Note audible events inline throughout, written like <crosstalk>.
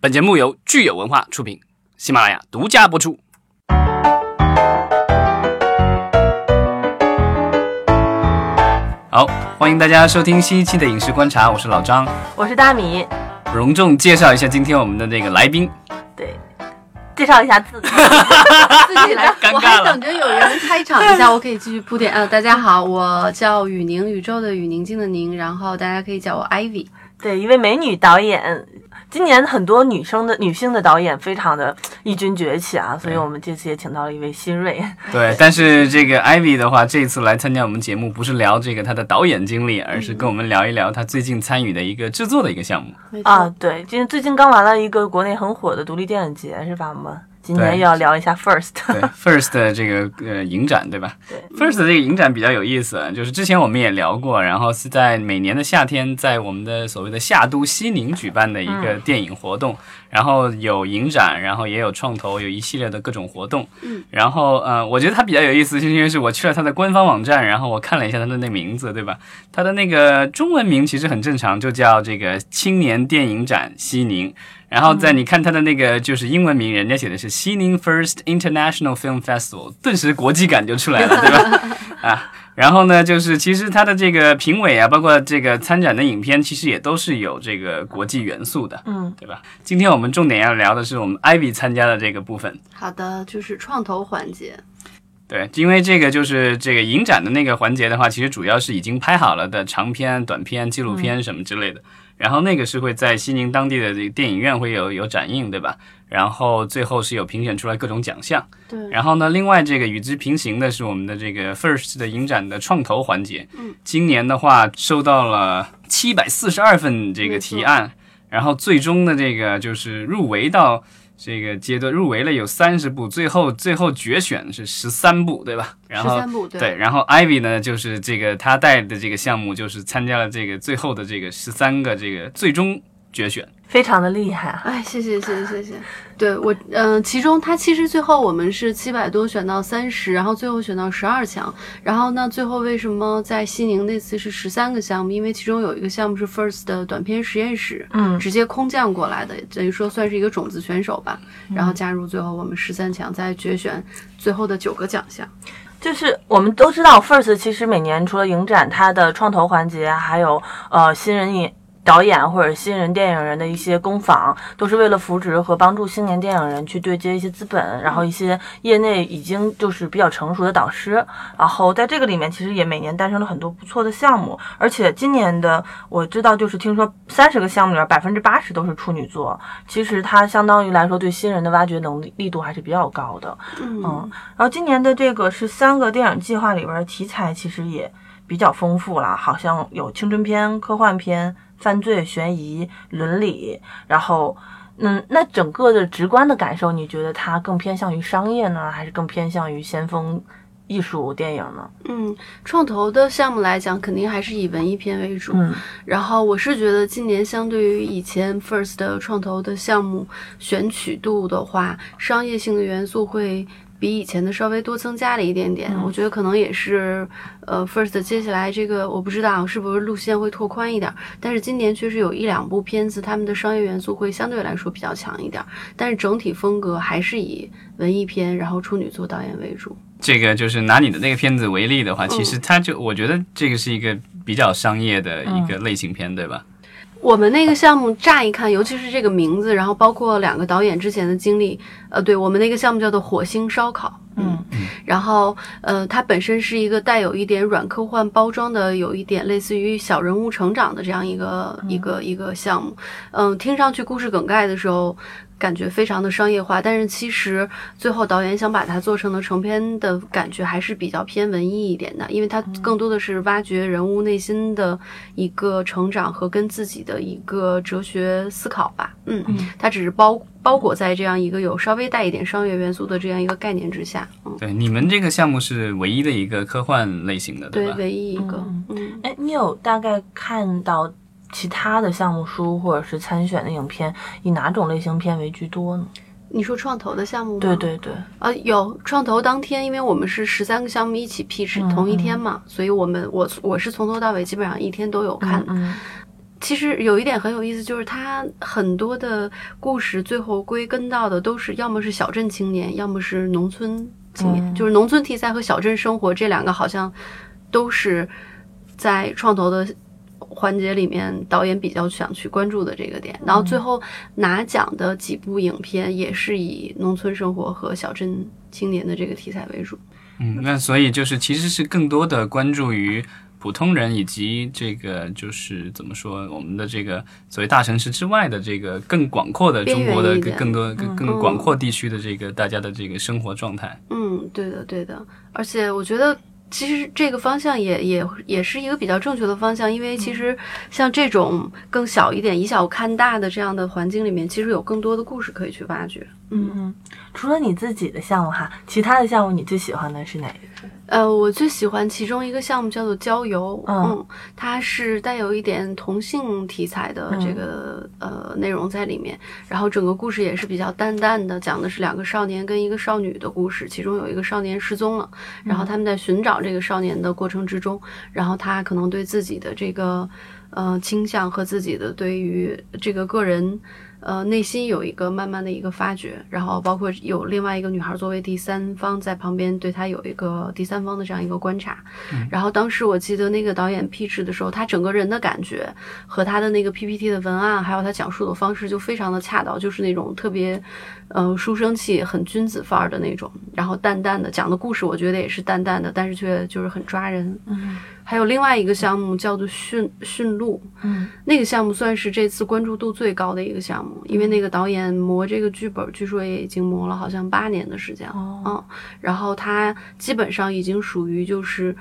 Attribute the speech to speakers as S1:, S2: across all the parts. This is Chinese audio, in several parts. S1: 本节目由聚友文化出品，喜马拉雅独家播出。好，欢迎大家收听新一期的《影视观察》，我是老张。
S2: 我是大米，
S1: 隆重介绍一下今天我们的这个来宾，，
S2: 对，介绍一下自己，
S3: 自己来
S1: 尴尬了
S3: 我还等着有人开场一下，我可以继续铺垫。呃，大家好，我叫雨宁，宇宙的雨，宁静的宁，然后大家可以叫我 Ivy。
S2: 对，一位美女导演。今年很多女生的女性的导演非常的异军崛起啊，所以
S1: 对
S2: 我们这次也请到了一位新锐，
S1: 对，但是这个 Ivy 的话，这次来参加我们节目，不是聊这个她的导演经历，而是跟我们聊一聊她最近参与的一个制作的一个项目。
S3: 没错
S2: 啊，，对，今最近刚完了一个国内很火的独立电影节，是吧？我们今年
S1: 对
S2: 又要聊一下 First，
S1: 对，First 的这个呃影展，对吧？First 的这个影展比较有意思，就是之前我们也聊过，然后是在每年的夏天，在我们的所谓的夏都西宁举办的一个电影活动，然后有影展，然后也有创投，有一系列的各种活动。
S3: 嗯，
S1: 然后呃，我觉得它比较有意思，是因为是我去了它的官方网站，然后我看了一下它的那名字，对吧？它的那个中文名其实很正常，就叫这个青年电影展西宁。然后在你看它的那个就是英文名，人家写的是西宁 First International Film Festival，顿时国际感就出来了，对吧？啊，然后呢，就是其实它的这个评委啊，包括这个参展的影片，其实也都是有这个国际元素的，
S2: 嗯，
S1: 对吧？今天我们重点要聊的是我们 Ivy 参加的这个部分。
S3: 好的，就是创投环节。
S1: 对，因为这个就是这个影展的那个环节的话，其实主要是已经拍好了的长片、短片、纪录片什么之类的。然后那个是会在西宁当地的这个电影院会有有展映，对吧？然后最后是有评选出来各种奖项。
S3: 对，
S1: 然后呢，另外这个与之平行的是我们的这个 First 的影展的创投环节。
S3: 嗯，
S1: 今年的话收到了七百四十二份这个
S3: 没错
S1: 提案，然后最终的这个就是入围到这个阶段，入围了有三十部，最后最后决选是十三部，对吧？然
S3: 十
S1: 后
S3: 三部，对，
S1: 对，然后 Ivy 呢，就是这个他带的这个项目，就是参加了这个最后的这个十三个这个最终决选。
S2: 非常的厉害啊。
S3: 哎，谢谢谢谢谢谢，对我，嗯、其中它其实最后我们是七百多选到三十，然后最后选到十二强，然后呢，最后为什么在西宁那次是十三个项目？因为其中有一个项目是 First 的短片实验室，
S2: 嗯
S3: 直接空降过来的，等于说算是一个种子选手吧，
S2: 嗯
S3: 然后加入最后我们十三强，再决选最后的九个奖项。
S2: 就是我们都知道，First 其实每年除了影展，它的创投环节，还有呃新人演导演或者新人电影人的一些工坊，都是为了扶植和帮助青年电影人去对接一些资本，然后一些业内已经就是比较成熟的导师。然后在这个里面，其实也每年诞生了很多不错的项目，而且今年的我知道，就是听说三十个项目里边百分之八十都是处女座，其实它相当于来说对新人的挖掘能力力度还是比较高的。嗯，然后今年的这个是三个电影计划里边儿题材其实也比较丰富了，好像有青春片、科幻片、犯罪、悬疑、伦理，然后。嗯，那整个的直观的感受，你觉得它更偏向于商业呢，还是更偏向于先锋艺术电影呢？
S3: 嗯，创投的项目来讲，肯定还是以文艺片为主。
S2: 嗯
S3: 然后我是觉得今年相对于以前 First 的创投的项目选取度的话，商业性的元素会比以前的稍微多增加了一点点。我觉得可能也是，呃，First 接下来这个我不知道是不是路线会拓宽一点儿，但是今年确实有一两部片子，他们的商业元素会相对来说比较强一点儿，但是整体风格还是以文艺片，然后处女座导演为主。
S1: 这个就是拿你的那个片子为例的话，
S3: 嗯
S1: 其实它就我觉得这个是一个比较商业的一个类型片，对吧？
S3: 嗯我们那个项目乍一看，尤其是这个名字，然后包括两个导演之前的经历，呃，对我们那个项目叫做“火星烧烤”，
S2: 嗯
S3: 然后呃，它本身是一个带有一点软科幻包装的，有一点类似于小人物成长的这样一个、一个一个项目。嗯，听上去故事梗概的时候。感觉非常的商业化，但是其实最后导演想把它做成的成片的感觉还是比较偏文艺一点的，因为它更多的是挖掘人物内心的一个成长和跟自己的一个哲学思考吧。嗯，它只是包包裹在这样一个有稍微带一点商业元素的这样一个概念之下。嗯，
S1: 对，你们这个项目是唯一的一个科幻类型的，
S3: 对，
S1: 吧？
S3: 唯一一个，
S2: 嗯
S3: 嗯，
S2: 哎，你有大概看到其他的项目书或者是参选的影片，以哪种类型片为居多呢？
S3: 你说创投的项目吗？
S2: 对，对对，
S3: 啊，有创投当天，因为我们是十三个项目一起 pitch
S2: 嗯
S3: 同一天嘛，所以我们我我是从头到尾基本上一天都有看。
S2: 嗯
S3: 其实有一点很有意思，就是它很多的故事最后归根到的都是要么是小镇青年，要么是农村青年，
S2: 嗯
S3: 就是农村题材和小镇生活这两个好像都是在创投的环节里面导演比较想去关注的这个点。然后最后拿奖的几部影片也是以农村生活和小镇青年的这个题材为主。
S1: 嗯，那所以就是其实是更多的关注于普通人以及这个就是怎么说我们的这个所谓大城市之外的这个更广阔的中国的
S3: 边缘一
S1: 更更
S3: 点
S1: 多更更广阔地区的这个大家的这个生活状态。
S3: 嗯，对的，对的，而且我觉得。其实这个方向也也也是一个比较正确的方向，因为其实像这种更小一点、以小看大的这样的环境里面，其实有更多的故事可以去挖掘。
S2: 嗯，除了你自己的项目哈，其他的项目你最喜欢的是哪一个？
S3: 呃，我最喜欢其中一个项目叫做郊游，
S2: 嗯
S3: 它是带有一点同性题材的这个、呃内容在里面，然后整个故事也是比较淡淡的，讲的是两个少年跟一个少女的故事，其中有一个少年失踪了，然后他们在寻找这个少年的过程之中，然后他可能对自己的这个呃倾向和自己的对于这个个人。呃，内心有一个慢慢的一个发掘，然后包括有另外一个女孩作为第三方在旁边对她有一个第三方的这样一个观察。然后当时我记得那个导演 pitch 的时候，他整个人的感觉和他的那个 PPT 的文案，还有他讲述的方式就非常的恰到，就是那种特别，呃，书生气、很君子范儿的那种，然后淡淡的讲的故事，我觉得也是淡淡的，但是却就是很抓人。
S2: 嗯
S3: 还有另外一个项目叫做驯驯鹿，
S2: 嗯
S3: 那个项目算是这次关注度最高的一个项目，因为那个导演磨这个剧本，据说也已经磨了好像八年的时间了。
S2: 哦
S3: 嗯，然后他基本上已经属于就是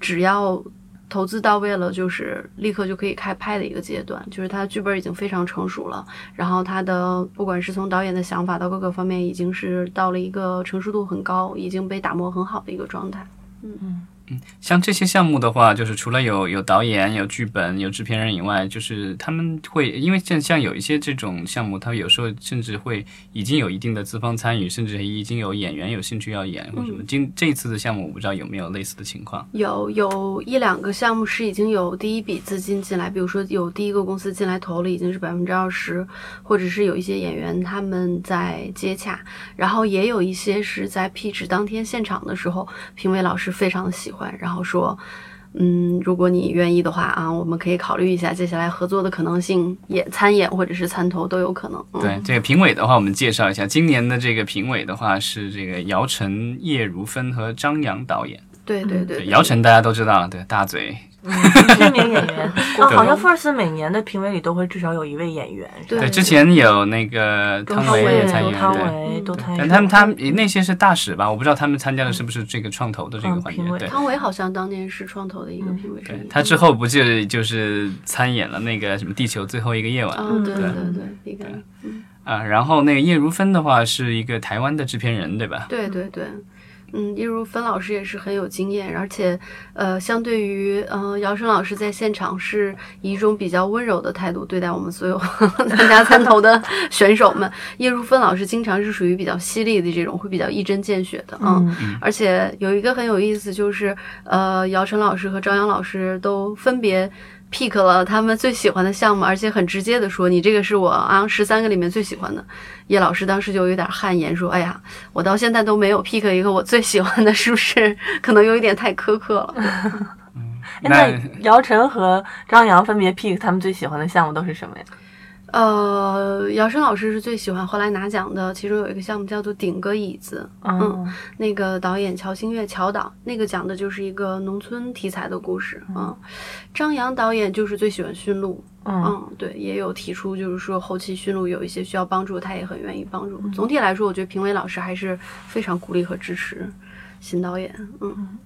S3: 只要投资到位了，就是立刻就可以开拍的一个阶段，就是他剧本已经非常成熟了，然后他的不管是从导演的想法到各个方面，已经是到了一个成熟度很高，已经被打磨很好的一个状态。
S2: 嗯
S1: 像这些项目的话，就是除了有有导演、有剧本、有制片人以外，就是他们会因为像像有一些这种项目，他有时候甚至会已经有一定的资方参与，甚至已经有演员有兴趣要演或者什么。今这一次的项目，我不知道有没有类似的情况。
S3: 有有一两个项目是已经有第一笔资金进来，比如说有第一个公司进来投了，已经是百分之二十，或者是有一些演员他们在接洽，然后也有一些是在 pitch 当天现场的时候，评委老师非常的喜欢，然后说。嗯，如果你愿意的话啊，我们可以考虑一下接下来合作的可能性，也参演或者是参投都有可能。嗯、
S1: 对这个评委的话，我们介绍一下，今年的这个评委的话是这个姚晨、叶如芬和张扬导演。
S3: 对对对
S1: 嗯对，
S3: 对
S1: 姚晨大家都知道了，对大嘴，
S2: 知名演员
S3: <laughs>
S2: 啊，好像 First 每年的评委里都会至少有一位演员，是
S1: 对
S2: 吧
S3: 对
S1: 之前有那个汤唯也参与，
S2: 周汤
S1: 对。
S2: 唯都参与过，
S1: 但他们他们那些是大使吧，我不知道他们参加的是不是这个创投的这个
S2: 嗯
S1: 环节
S2: 评。委
S1: 对，
S3: 汤唯好像当年是创投的一个评委之一、
S1: 嗯对他之后不是就是参演了那个什么《地球最后一个夜晚》
S3: 哦，对
S2: 对
S3: 对对，一个
S1: 啊，然后那个叶如芬的话是一个台湾的制片人，对吧？
S3: 对对对，嗯，叶如芬老师也是很有经验，而且呃，相对于呃姚晨老师在现场是以一种比较温柔的态度对待我们所有 <laughs> 参加参投的选手们，叶如芬老师经常是属于比较犀利的这种，会比较一针见血的，嗯
S2: 嗯
S3: 而且有一个很有意思，就是呃，姚晨老师和张扬老师都分别 pick 了他们最喜欢的项目，而且很直接的说，你这个是我啊十三个里面最喜欢的。叶老师当时就有点汗颜，说：“哎呀，我到现在都没有 pick 一个我最喜欢的，是不是？可能有一点太苛刻了。
S2: 哎那姚晨和张扬分别 pick 他们最喜欢的项目都是什么呀？
S3: 呃，姚晨老师是最喜欢后来拿奖的，其中有一个项目叫做“顶个椅子”，嗯，
S2: 哦
S3: 那个导演乔新月乔导，那个讲的就是一个农村题材的故事啊、嗯张扬导演就是最喜欢驯鹿，
S2: 嗯
S3: 嗯，对，也有提出就是说后期驯鹿有一些需要帮助，他也很愿意帮助。总体来说，我觉得评委老师还是非常鼓励和支持新导演。嗯，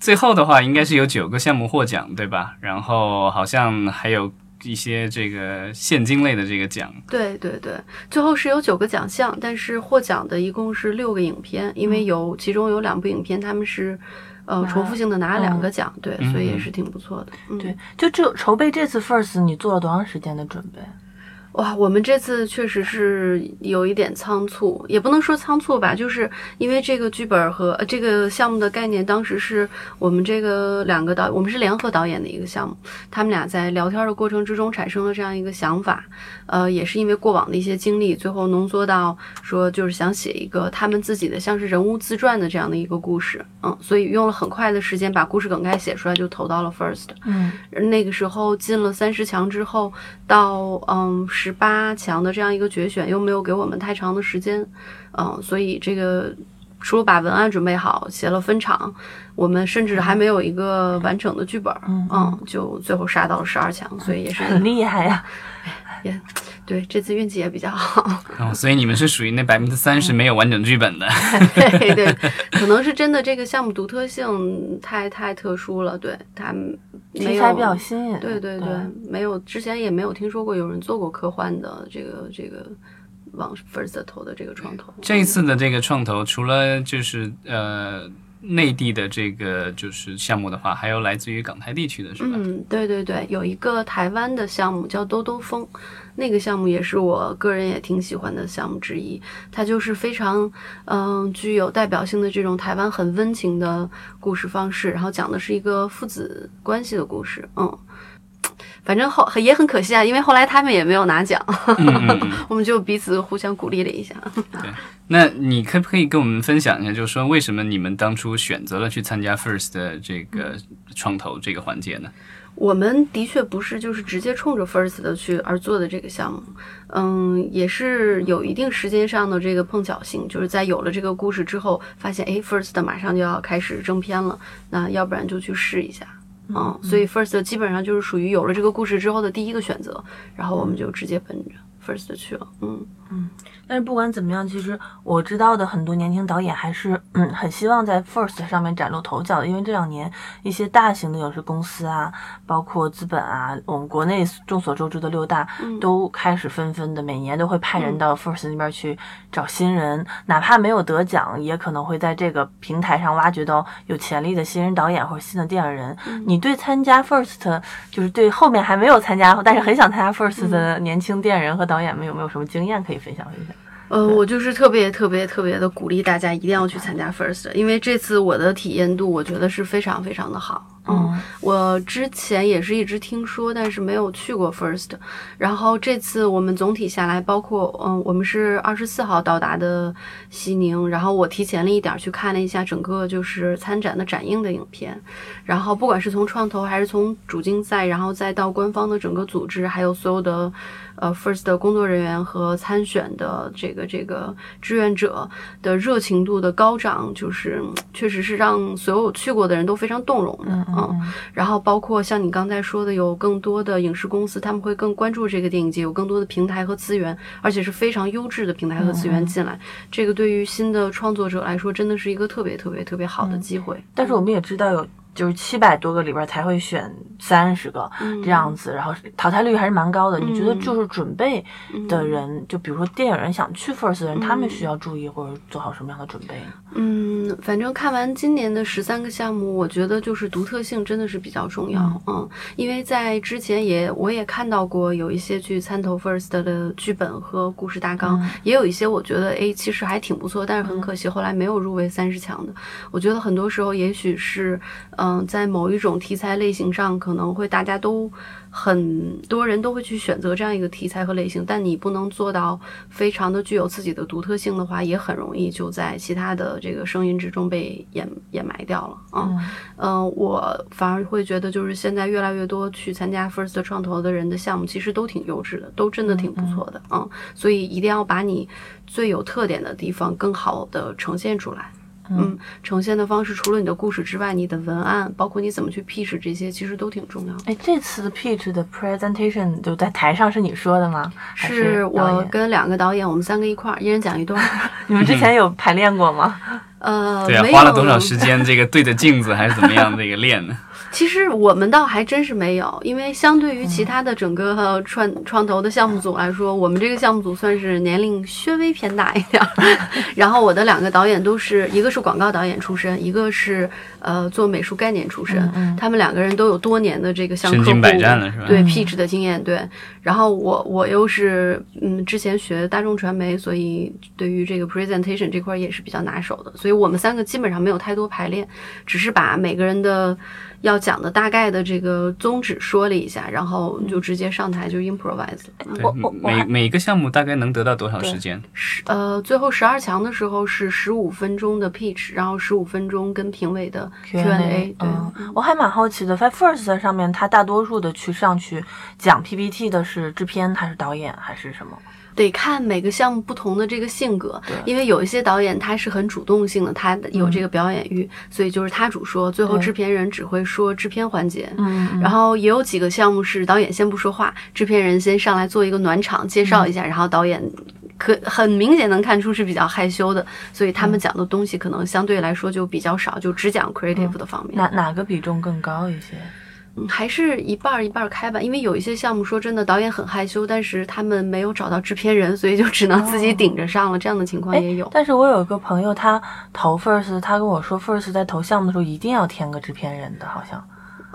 S1: 最后的话应该是有九个项目获奖，对吧？然后好像还有一些这个现金类的这个奖，
S3: 对对对，最后是有九个奖项，但是获奖的一共是六个影片，因为有其中有两部影片他们是。呃，重复性的嗯拿了嗯两个奖，对，所以也是挺不错的。嗯，
S2: 对，就这筹备这次啊 First，你做了多长时间的准备？
S3: 哇，我们这次确实是有一点仓促，也不能说仓促吧，就是因为这个剧本和、呃、这个项目的概念，当时是我们这个两个导，我们是联合导演的一个项目，他们俩在聊天的过程之中产生了这样一个想法，呃，也是因为过往的一些经历，最后浓缩到说就是想写一个他们自己的像是人物自传的这样的一个故事，嗯，所以用了很快的时间把故事梗概写出来，就投到了 First。
S2: 嗯，
S3: 那个时候进了三十强之后，到嗯十八强的这样一个决选，又没有给我们太长的时间，嗯，所以这个除了把文案准备好，写了分场，我们甚至还没有一个完整的剧本，
S2: 嗯
S3: 嗯，就最后杀到了十二强，所以也是
S2: 很厉害呀、
S3: 也对这次运气也比较好， <laughs>
S1: 哦，所以你们是属于那百分之三
S2: 嗯
S1: 十没有完整剧本的。
S3: 对
S2: <laughs>
S3: 对，可能是真的这个项目独特性太太特殊了，对它 <laughs> 没
S2: 题
S3: 有
S2: 材比较新颖。
S3: 对对对，嗯没有，之前也没有听说过有人做过科幻的这个这个往 first 投的这个创投。
S1: 这一次的这个创投，除了就是呃内地的这个就是项目的话，还有来自于港台地区的是吧？
S3: 嗯，对对对，有一个台湾的项目叫兜兜风，那个项目也是我个人也挺喜欢的项目之一。它就是非常嗯、具有代表性的这种台湾很温情的故事方式，然后讲的是一个父子关系的故事。嗯，反正后也很可惜啊，因为后来他们也没有拿奖，
S1: 嗯嗯嗯。
S3: 我们就彼此互相鼓励了一下。
S1: 那你可不可以跟我们分享一下，就是说为什么你们当初选择了去参加 First 的这个创投这个环节呢？
S3: 嗯我们的确不是就是直接冲着 First 的去而做的这个项目，嗯，也是有一定时间上的这个碰巧性，就是在有了这个故事之后，发现哎，First 马上就要开始正片了，那要不然就去试一下，嗯，所以 First 基本上就是属于有了这个故事之后的第一个选择，然后我们就直接奔着 First 去了，嗯，
S2: 但是不管怎么样，其实我知道的很多年轻导演还是嗯很希望在 First 上面崭露头角的，因为这两年一些大型的影视公司啊，包括资本啊，我们国内众所周知的六大、都开始纷纷的每年都会派人到 First 那边去找新人，哪怕没有得奖，也可能会在这个平台上挖掘到有潜力的新人导演或者新的电影人。你对参加 First 就是对后面还没有参加，但是很想参加 First 的年轻电影人和导演们有没有什么经验可以分享分享？
S3: 呃，我就是特别特别特别的鼓励大家一定要去参加 First，因为这次我的体验度我觉得是非常非常的好。
S2: 哦
S3: 嗯，我之前也是一直听说，但是没有去过 First。然后这次我们总体下来，包括嗯，我们是二十四号到达的西宁，然后我提前了一点儿去看了一下整个就是参展的展映的影片，然后不管是从创投还是从主竞赛，然后再到官方的整个组织，还有所有的呃 First 的工作人员和参选的这个这个志愿者的热情度的高涨，就是嗯确实是让所有去过的人都非常动容的，嗯然后包括像你刚才说的，有更多的影视公司，他们会更关注这个电影节，有更多的平台和资源，而且是非常优质的平台和资源进来。这个对于新的创作者来说，真的是一个特别特别特别好的机会。
S2: 但是我们也知道有就是七百多个里边才会选三十个
S3: 嗯
S2: 这样子，然后淘汰率还是蛮高的。你觉得
S3: 嗯
S2: 就是准备的人，就比如说电影人想去 First 的人，他们需要注意或者做好什么样的准备呢？
S3: 嗯，反正看完今年的十三个项目，我觉得就是独特性真的是比较重要。嗯，因为在之前也我也看到过有一些去参投 First 的剧本和故事大纲，也有一些我觉得诶其实还挺不错，但是很可惜后来没有入围三十强的。我觉得很多时候也许是嗯、在某一种题材类型上，可能会大家都。很多人都会去选择这样一个题材和类型，但你不能做到非常的具有自己的独特性的话，也很容易就在其他的这个声音之中被掩掩埋掉了啊。嗯、呃我反而会觉得，就是现在越来越多去参加 First 创投的人的项目，其实都挺优质的，都真的挺不错的啊、嗯所以一定要把你最有特点的地方更好的呈现出来。嗯，呈现的方式除了你的故事之外，你的文案，包括你怎么去 pitch 这些，其实都挺重要的。
S2: 哎，这次的 pitch 的 presentation 就在台上是你说的 <laughs> 吗？还是导
S3: 我
S2: 演
S3: 跟两个导演，我们三个一块儿，一人讲一段儿。
S2: <laughs> 你们之前有排练过吗？
S3: 呃，
S1: 对啊
S3: 没，有 <laughs>
S1: 花了多少时间这个对着镜子还是怎么样这个练呢？
S3: 其实我们倒还真是没有，因为相对于
S2: 嗯
S3: 其他的整个呃创创投的项目组来说，我们这个项目组算是年龄稍微偏大一
S2: <laughs>
S3: 点儿。然后我的两个导演都是，一个是广告导演出身，一个是呃做美术概念出身，
S2: 嗯
S3: 他们两个人都有多年的这个向
S1: 身
S3: 客户
S1: 经百战了是吧
S3: 对 pitch 的经验，对。然后我我又是嗯之前学大众传媒，所以对于这个 presentation 这块儿也是比较拿手的，所以我们三个基本上没有太多排练，只是把每个人的要讲的大概的这个宗旨说了一下，然后就直接上台就 improvise 了。嗯
S1: 对
S2: 我我我
S1: 每
S2: 还
S1: 每个项目大概能得到多少
S3: 对
S1: 时间？
S3: 十呃，最后十二强的时候是十五分钟的 pitch，然后十五分钟跟评委的 Q&A。对，
S2: 嗯，我还蛮好奇的，在 First 上面，他大多数的去上去讲 PPT 的是制片还是导演还是什么？
S3: 得看每个项目不同的这个性格
S2: 对，
S3: 因为有一些导演他是很主动性的，他有这个表演欲，所以就是他主说，最后
S2: 嗯对
S3: 制片人只会说制片环节。
S2: 嗯
S3: 然后也有几个项目是导演先不说话，制片人先上来做一个暖场，介绍
S2: 嗯
S3: 一下，然后导演可很明显能看出是比较害羞的，所以他
S2: 嗯
S3: 们讲的东西可能相对来说就比较少，就只讲 creative 的方面。
S2: 哪哪个比重更高一些？
S3: 嗯还是一半儿一半儿开吧，因为有一些项目说真的，导演很害羞，但是他们没有找到制片人，所以就只能自
S2: 哦
S3: 己顶着上了，这样的
S2: 哎
S3: 情况也有。
S2: 但是我有一个朋友，他投 First，他跟我说 First 在投项目的时候一定要填个制片人的，好像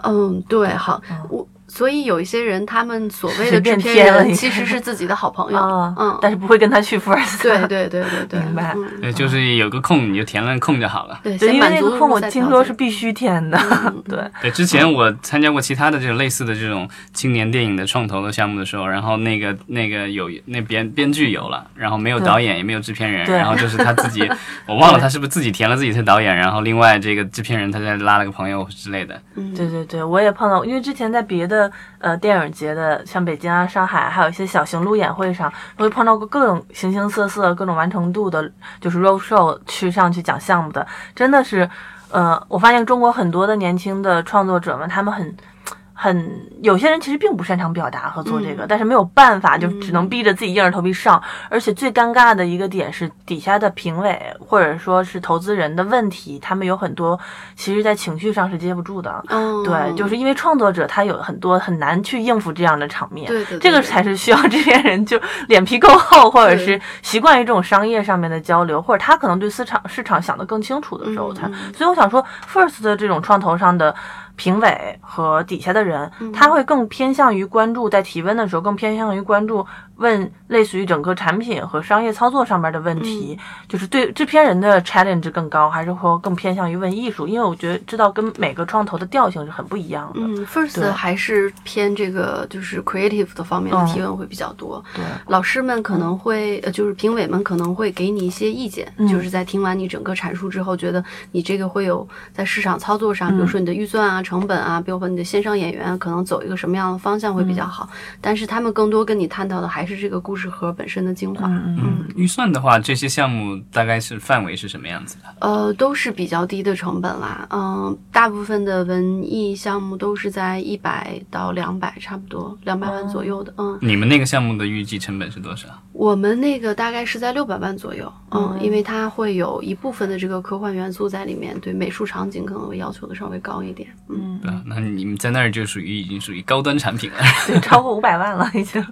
S3: 嗯，对，好
S2: 嗯，
S3: 我所以有一些人他们所谓
S2: 随
S3: 的
S2: 便
S3: 制片
S2: 添了一
S3: 人
S2: 个
S3: 其实是自己的好朋友，
S2: 啊，
S3: 嗯，
S2: 但是不会跟他去 First。
S3: 对
S2: <laughs>
S3: 对对对对，
S2: 明白
S3: 嗯、
S1: 对，就是有个空你就填了空就好了。
S3: 对，
S2: 对，因
S3: 先
S2: 为
S3: 满
S2: 那
S3: 足
S2: 个空我
S3: 入赛
S2: 听
S3: 条
S2: 说
S3: 件
S2: 是必须填
S3: 嗯
S2: 的， <laughs> 对，
S1: 对，之前我参加过其他的这种类似的这种青年电影的创投的项目的时候，然后那个那个有那编编剧有了，然后没有导演也没有制片人，
S2: 对
S1: 然后就是他自己，我忘了他是不是自己填了自己是导演，然后另外这个制片人他再拉了个朋友之类的。
S3: 嗯
S2: 对对对，我也碰到，因为之前在别的呃电影节的，像北京啊、上海，还有一些小型路演会上，会碰到过各种形形色色、各种完成度的，就是 road show 去上去讲项目的，真的是，呃，我发现中国很多的年轻的创作者们，他们很。很有些人其实并不擅长表达和做这个，但是没有办法，就只能逼着自己硬着头皮上。而且最尴尬的一个点是，底下的评委或者说是投资人的问题，他们有很多其实在情绪上是接不住的。
S3: 嗯，
S2: 对，就是因为创作者他有很多很难去应付这样的场面，
S3: 对对对
S2: 这个
S3: 对
S2: 才是需要这些人就脸皮够厚，或者
S3: 对
S2: 是习惯于这种商业上面的交流，或者他可能对市场市场想得更清楚的时候
S3: 嗯
S2: 才。
S3: 嗯
S2: 所以我想说，First 的这种创投上的。评委和底下的人，
S3: 嗯
S2: 他会更偏向于关注在提问的时候，更偏向于关注问类似于整个产品和商业操作上面的问题，
S3: 嗯
S2: 就是对制片人的 challenge 更高，还是说更偏向于问艺术？因为我觉得知道跟每个创投的调性是很不一样的。
S3: 嗯
S2: 对嗯
S3: ，first 还是偏这个就是 creative 的方面的提问会比较多。
S2: 对
S3: 老师们可能会，呃，就是评委们可能会给你一些意见，
S2: 嗯
S3: 就是在听完你整个阐述之后，觉得你这个会有在市场操作
S2: 嗯
S3: 上，比如说你的预算啊、成本啊，比如说你的线上演员啊可能走一个什么样的方向会比较好。
S2: 嗯
S3: 但是他们更多跟你探讨的还是这个故事盒本身的精华。
S2: 嗯嗯，
S1: 嗯，预算的话，这些项目大概是范围是什么样子的？
S3: 呃，都是比较低的成本啦。嗯、大部分的文艺项目都是在一百到两百，差不多两百万左右的。嗯，
S1: 你们那个项目的预计成本是多少？
S3: 我们那个大概是在六百万左右。嗯，因为它会有一部分的这个科幻元素在里面，对美术场景可能会要求的稍微高一点。嗯，
S1: 对吧？啊那你们在那儿就属于已经属于高端产品了。
S2: 对，超过五百万了已经。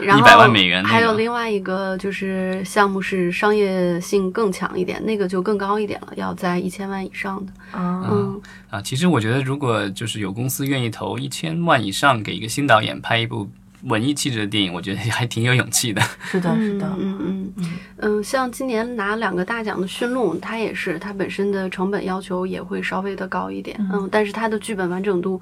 S1: <laughs>
S3: 然后
S1: 100万美元那个
S3: 还有另外一个就是项目是商业性更强一点，那个就更高一点了，要在一千万以上的。
S2: 嗯
S3: 嗯。
S1: 啊，其实我觉得，如果就是有公司愿意投一千万以上给一个新导演拍一部文艺气质的电影，我觉得还挺有勇气的。 <laughs>
S2: 是的，是的，
S3: 嗯嗯嗯嗯，像今年拿两个大奖的《驯鹿》，它也是它本身的成本要求也会稍微的高一点，嗯，但是它的剧本完整度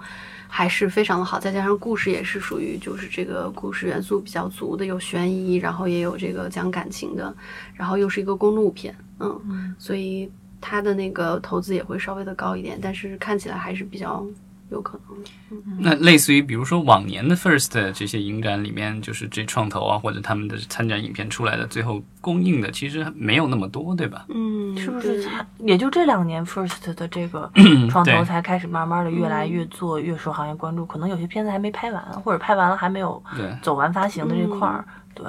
S3: 还是非常的好，再加上故事也是属于就是这个故事元素比较足的，有悬疑，然后也有这个讲感情的，然后又是一个公路片，嗯，所以它的那个投资也会稍微的高一点，但是看起来还是比较嗯有可能的。
S1: 那类似于比如说往年的 First 的这些影展里面，就是这创投啊或者他们的参展影片出来的，最后公映的其实没有那么多，对吧？
S3: 嗯，
S2: 是不
S3: 对
S2: 是才？也就这两年，First 的这
S1: <clears throat>
S2: 个创投
S1: 对
S2: 才开始慢慢的越来越做，越受行业关注。可能有些片子还没拍完，或者拍完了还没有
S1: 对
S2: 走完发行的这块儿。对，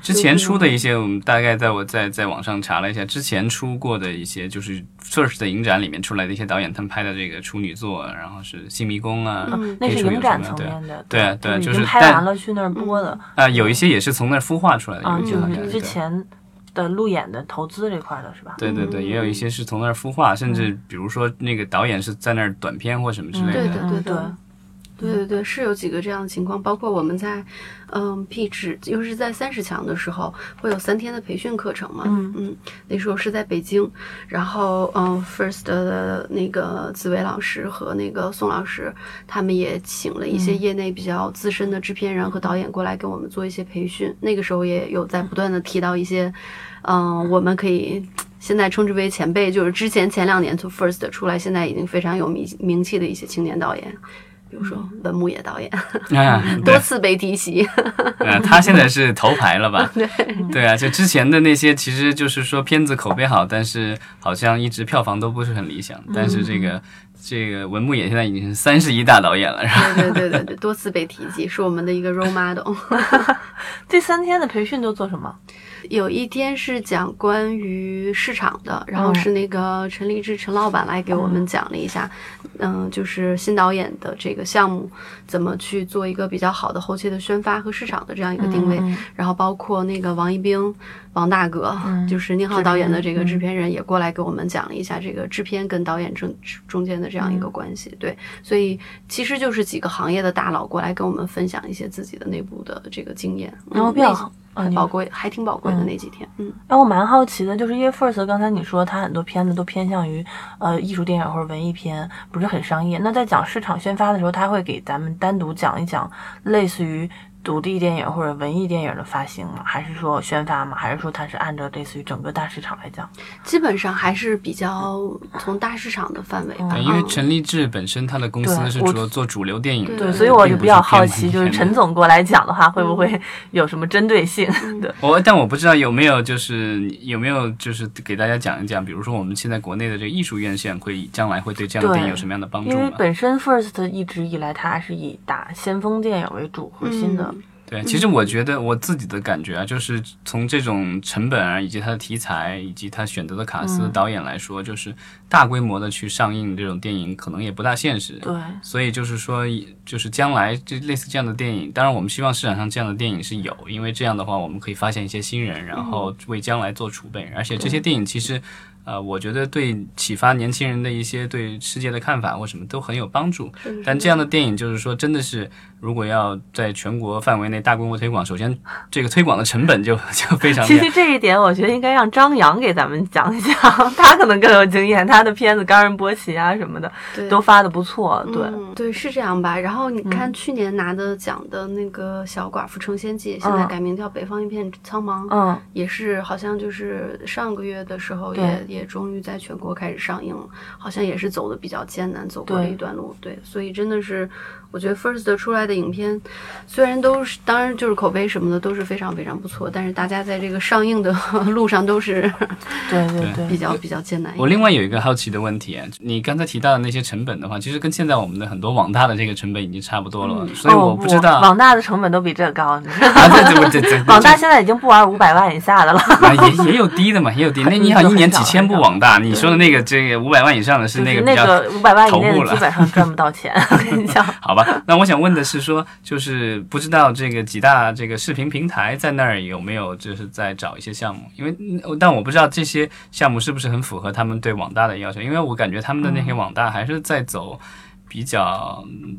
S1: 之前出的一些，我们大概在我在在网上查了一下，之前出过的一些，就是 Search 的影展里面出来的一些导演，他们拍的这个处女作，然后是《新迷宫》啊，
S3: 嗯
S2: 那是
S1: 黑处女
S2: 影展
S1: 什么
S2: 层
S1: 的
S2: 面的，
S1: 对啊对啊
S2: 已
S1: 就
S2: 经
S1: 是
S2: 拍
S1: 但
S2: 完了去那儿播的，
S1: 啊，有一些也是从那儿孵化出来的，
S2: 啊，
S1: 有一些
S2: 就
S1: 好像
S2: 是之
S1: 嗯对
S2: 前的路演的投资这块的是吧？
S1: 对对对，也有一些是从那儿孵化，甚
S2: 嗯
S1: 至比如说那个导演是在那儿短片或什么之类
S3: 对
S1: 的。
S3: 的，
S2: 嗯
S3: 对
S2: 对
S3: 的。对对对，是有几个这样的情况，包括我们在，嗯，Peach，尤其是在三十强的时候，会有三天的培训课程嘛，
S2: 嗯
S3: 那时候是在北京，然后嗯，First 的那个紫薇老师和那个宋老师，他们也请了一些业内比较资深的制片人和导演过来给我们做一些培训，那个时候也有在不断的提到一些，嗯，我们可以现在称之为前辈，就是之前前两年从 First 出来，现在已经非常有名名气的一些青年导演，比如说文牧野 <laughs> 导演，
S1: <laughs> 啊，
S3: 多
S1: 对，
S3: 次被提及。
S1: 啊，他现在是头牌了吧？对， <laughs> 对啊，就之前的那些，其实就是说片子口碑好，但是好像一直票房都不是很理想。
S2: 嗯
S1: 但是这个这个文牧野现在已经是三十一大导演了，然后
S3: 对对对 <laughs> 对对，多次被提及，是我们的一个 role model。
S2: 这三天的培训都做什么？
S3: 有一天是讲关于市场的，然后
S2: 嗯
S3: 是那个陈立志陈老板来给我们讲了一下，嗯、就是新导演的这个项目怎么去做一个比较好的后期的宣发和市场的这样一个定位，
S2: 嗯
S3: 然后包括那个王一冰、王大哥，
S2: 嗯
S3: 就是宁浩导演的这个
S2: 制片人
S3: 制片人也过来给我们讲了一下这个制片跟导演中中间的这样一个关
S2: 嗯
S3: 系，对，所以其实就是几个行业的大佬过来跟我们分享一些自己的内部的这个经验，
S2: 然后
S3: 嗯
S2: 比较
S3: 那
S2: 好啊
S3: 很
S2: 你
S3: 宝
S2: 说
S3: 贵，还挺宝贵的
S2: 嗯
S3: 那几天，嗯。
S2: 哎，我蛮好奇的，就是因为 First 刚才你说他很多片子都偏向于呃艺术电影或者文艺片，不是很商业。那在讲市场宣发的时候，他会给咱们单独讲一讲类似于独立电影或者文艺电影的发行吗？还是说宣发吗？还是说它是按照类似于整个大市场来讲？
S3: 基本上还是比较从大市场的范围吧。
S1: 对，
S3: 嗯
S1: 因为陈立志本身他的公司
S2: 对
S1: 是
S2: 我
S1: 做做主流电影的，
S3: 对
S2: 所以我就
S1: 并不
S2: 比较
S1: 是
S2: 好
S1: 偏
S2: 奇，
S1: 门
S2: 就是
S1: 片的
S2: 陈总过来讲的话，会不会 <laughs> 有什么针对性？对，
S1: 我但我不知道有没有就是有没有就是给大家讲一讲，比如说我们现在国内的这个艺术院线会将来会对这样的
S2: 对
S1: 电影有什么样的帮助
S2: 因为
S1: 吗？
S2: 本身 First 一直以来它是以打先锋电影为主
S3: 嗯
S2: 核心嗯的，
S1: 对，其实我觉得我自己的感觉啊，就是从这种成本啊，以及它的题材，以及它选择的卡
S2: 嗯
S1: 司、导演来说，就是大规模的去上映这种电影可能也不大现实。
S2: 对，
S1: 所以就是说，就是将来这类似这样的电影，当然我们希望市场上这样的电影是有，因为这样的话我们可以发现一些新人，然后为将来做储备。而且这些电影其实，呃，我觉得对启发年轻人的一些对世界的看法或什么都很有帮助。但这样的电影就是说，真的是如果要在全国范围内大规模推广，首先这个推广的成本就就非常
S2: 其 <laughs>
S1: 厉
S2: 实这一点，我觉得应该让张扬给咱们讲一讲， <laughs> 他可能更有经验，他的片子《冈仁波齐》啊什么的
S3: 对
S2: 都嗯发的不错。对，
S3: 嗯对是这样吧。然后你看去年拿的奖的那个《小寡妇成仙记》，现在
S2: 嗯
S3: 改名叫《北方一片苍茫》，
S2: 嗯，
S3: 也是好像就是上个月的时候
S2: 对
S3: 也也终于在全国开始上映了，好像也是走的比较艰难，走过了
S2: 对
S3: 一段路。对，所以真的是我觉得 First 出来的影片，虽然都是当然就是口碑什么的都是非常非常不错，但是大家在这个上映的 <laughs> 路上都是
S2: 对对对
S3: 比较比较艰难一点。
S1: 我另外有一个好奇的问题啊，你刚才提到的那些成本的话，其实跟现在我们的很多网大的这个成本已经差不多了，所以
S2: 哦
S1: 我不知道。
S2: 网大的成本都比这高，你知道吗
S1: <laughs> 啊，对对对对，
S2: <laughs> 网大现在已经不玩五百万以下的了。
S1: 啊也也有低的嘛，也有低。那你好，
S2: 很
S1: 一年几千部
S2: 很少
S1: 网大，你说的那个这个五百万以上的是那
S2: 就
S1: 个
S2: 是
S1: 比
S2: 那
S1: 较
S2: 个五百万以
S1: 头
S2: 内
S1: 部
S2: 的基
S1: 了。嗯
S2: 本上赚不到钱，
S1: <laughs>
S2: 我跟你讲。
S1: 好吧，那我想问的是说，就是不知道这个几大这个视频平台在那儿有没有就是在找一些项目，因为嗯但我不知道这些项目是不是很符合他们对网大的要求，因为我感觉他们的那些
S2: 嗯
S1: 网大还是在走比较，嗯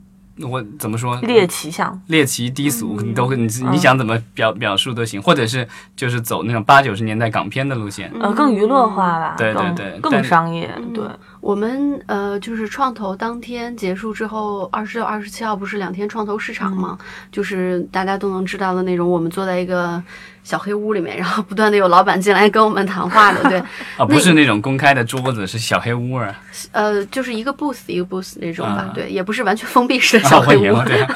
S1: 我怎么说
S2: 猎奇嗯向，
S1: 猎奇低俗，你都你你想怎么表表述都行，或者是就是走那种八九十年代港片的路线，
S2: 呃，更娱乐化吧，
S1: 对对
S2: 更
S1: 对但嗯
S2: 更商业，对，
S3: 我们呃，就是创投当天结束之后，二十六、二十七号不是两天创投市场吗？
S1: 嗯
S3: 就是大家都能知道的那种，我们坐在一个小黑屋里面，然后不断的有老板进来跟我们谈话的，
S1: <laughs>
S3: 对，
S1: 啊，不是那种公开的桌子，是小黑屋
S3: <laughs>
S1: 啊，
S3: 呃，就是一个 booth 一个 booth 那种吧
S1: 啊，
S3: 对，也不是完全封闭式的
S1: 啊
S3: 小
S1: 我
S3: 黑
S1: 也
S3: 屋， <laughs>
S1: 对啊，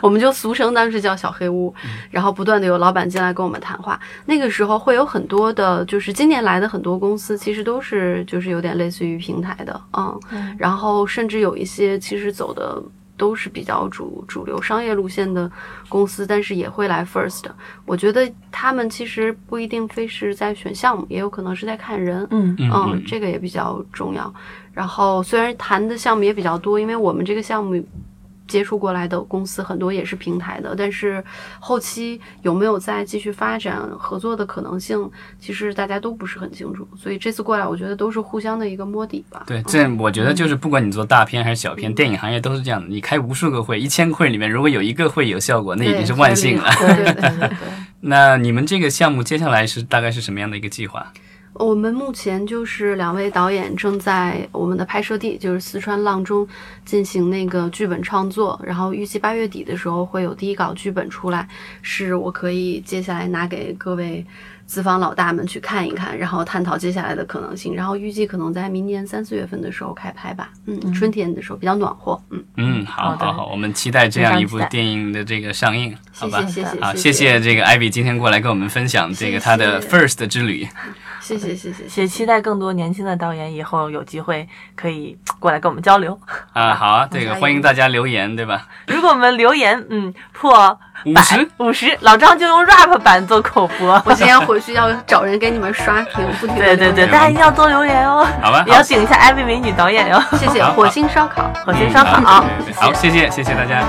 S3: 我们就俗称当时叫小黑屋，然后不断的有老板进来跟我们谈话。那个时候会有很多的，就是今年来的很多公司，其实都是就是有点类似于平台的，嗯，然后甚至有一些其实走的。都是比较主主流商业路线的公司，但是也会来 First。我觉得他们其实不一定非是在选项目，也有可能是在看人。
S2: 嗯
S1: 嗯
S3: 嗯，这个也比较重要。然后虽然谈的项目也比较多，因为我们这个项目接触过来的公司很多也是平台的，但是后期有没有再继续发展合作的可能性，其实大家都不是很清楚。所以这次过来，我觉得都是互相的一个摸底吧。
S1: 对，
S3: 嗯
S1: 这我觉得就是不管你做大片还是小片，电影行业都是这样的。你开无数个会，一千个会里面如果有一个会有效果，那已经是万幸了。 <laughs>
S3: 对对对对对。
S1: 那你们这个项目接下来是大概是什么样的一个计划？
S3: 我们目前就是两位导演正在我们的拍摄地，就是四川阆中进行那个剧本创作，然后预计八月底的时候会有第一稿剧本出来，是我可以接下来拿给各位资方老大们去看一看，然后探讨接下来的可能性，然后预计可能在明年三四月份的时候开拍吧，嗯，春天的时候比较暖和，嗯，
S1: 嗯，好
S2: 好的
S1: 好好，我们期待这样一部
S2: 非常期待
S1: 电影的这个上映，好
S3: 谢
S1: 吧
S3: 谢？谢谢
S1: 好，谢
S3: 谢
S1: 谢这个艾比今天过来跟我们分享这个他的
S3: 谢谢
S1: first 之旅。
S3: 谢谢谢谢谢
S2: 也期待更多年轻的导演以后有机会可以过来跟我们交流。
S1: 啊，好啊，这个
S3: 加油
S1: 欢迎大家留言，对吧？
S2: 如果我们留言嗯破
S1: 五
S2: 百
S1: 十，
S2: 五十，老张就用 rap 版做口播。
S3: 我今天回去要找人给你们刷屏，不停地
S2: <laughs> 对对对，
S1: 嗯
S2: 大家一定要多留言哦，
S1: 好吧，
S3: 哎
S2: 也要顶一下艾薇美女导演哟。
S3: 谢谢
S1: 好好
S3: 火星烧烤。
S2: 火星烧烤
S1: 嗯，好，对对对好，谢谢，谢谢大家。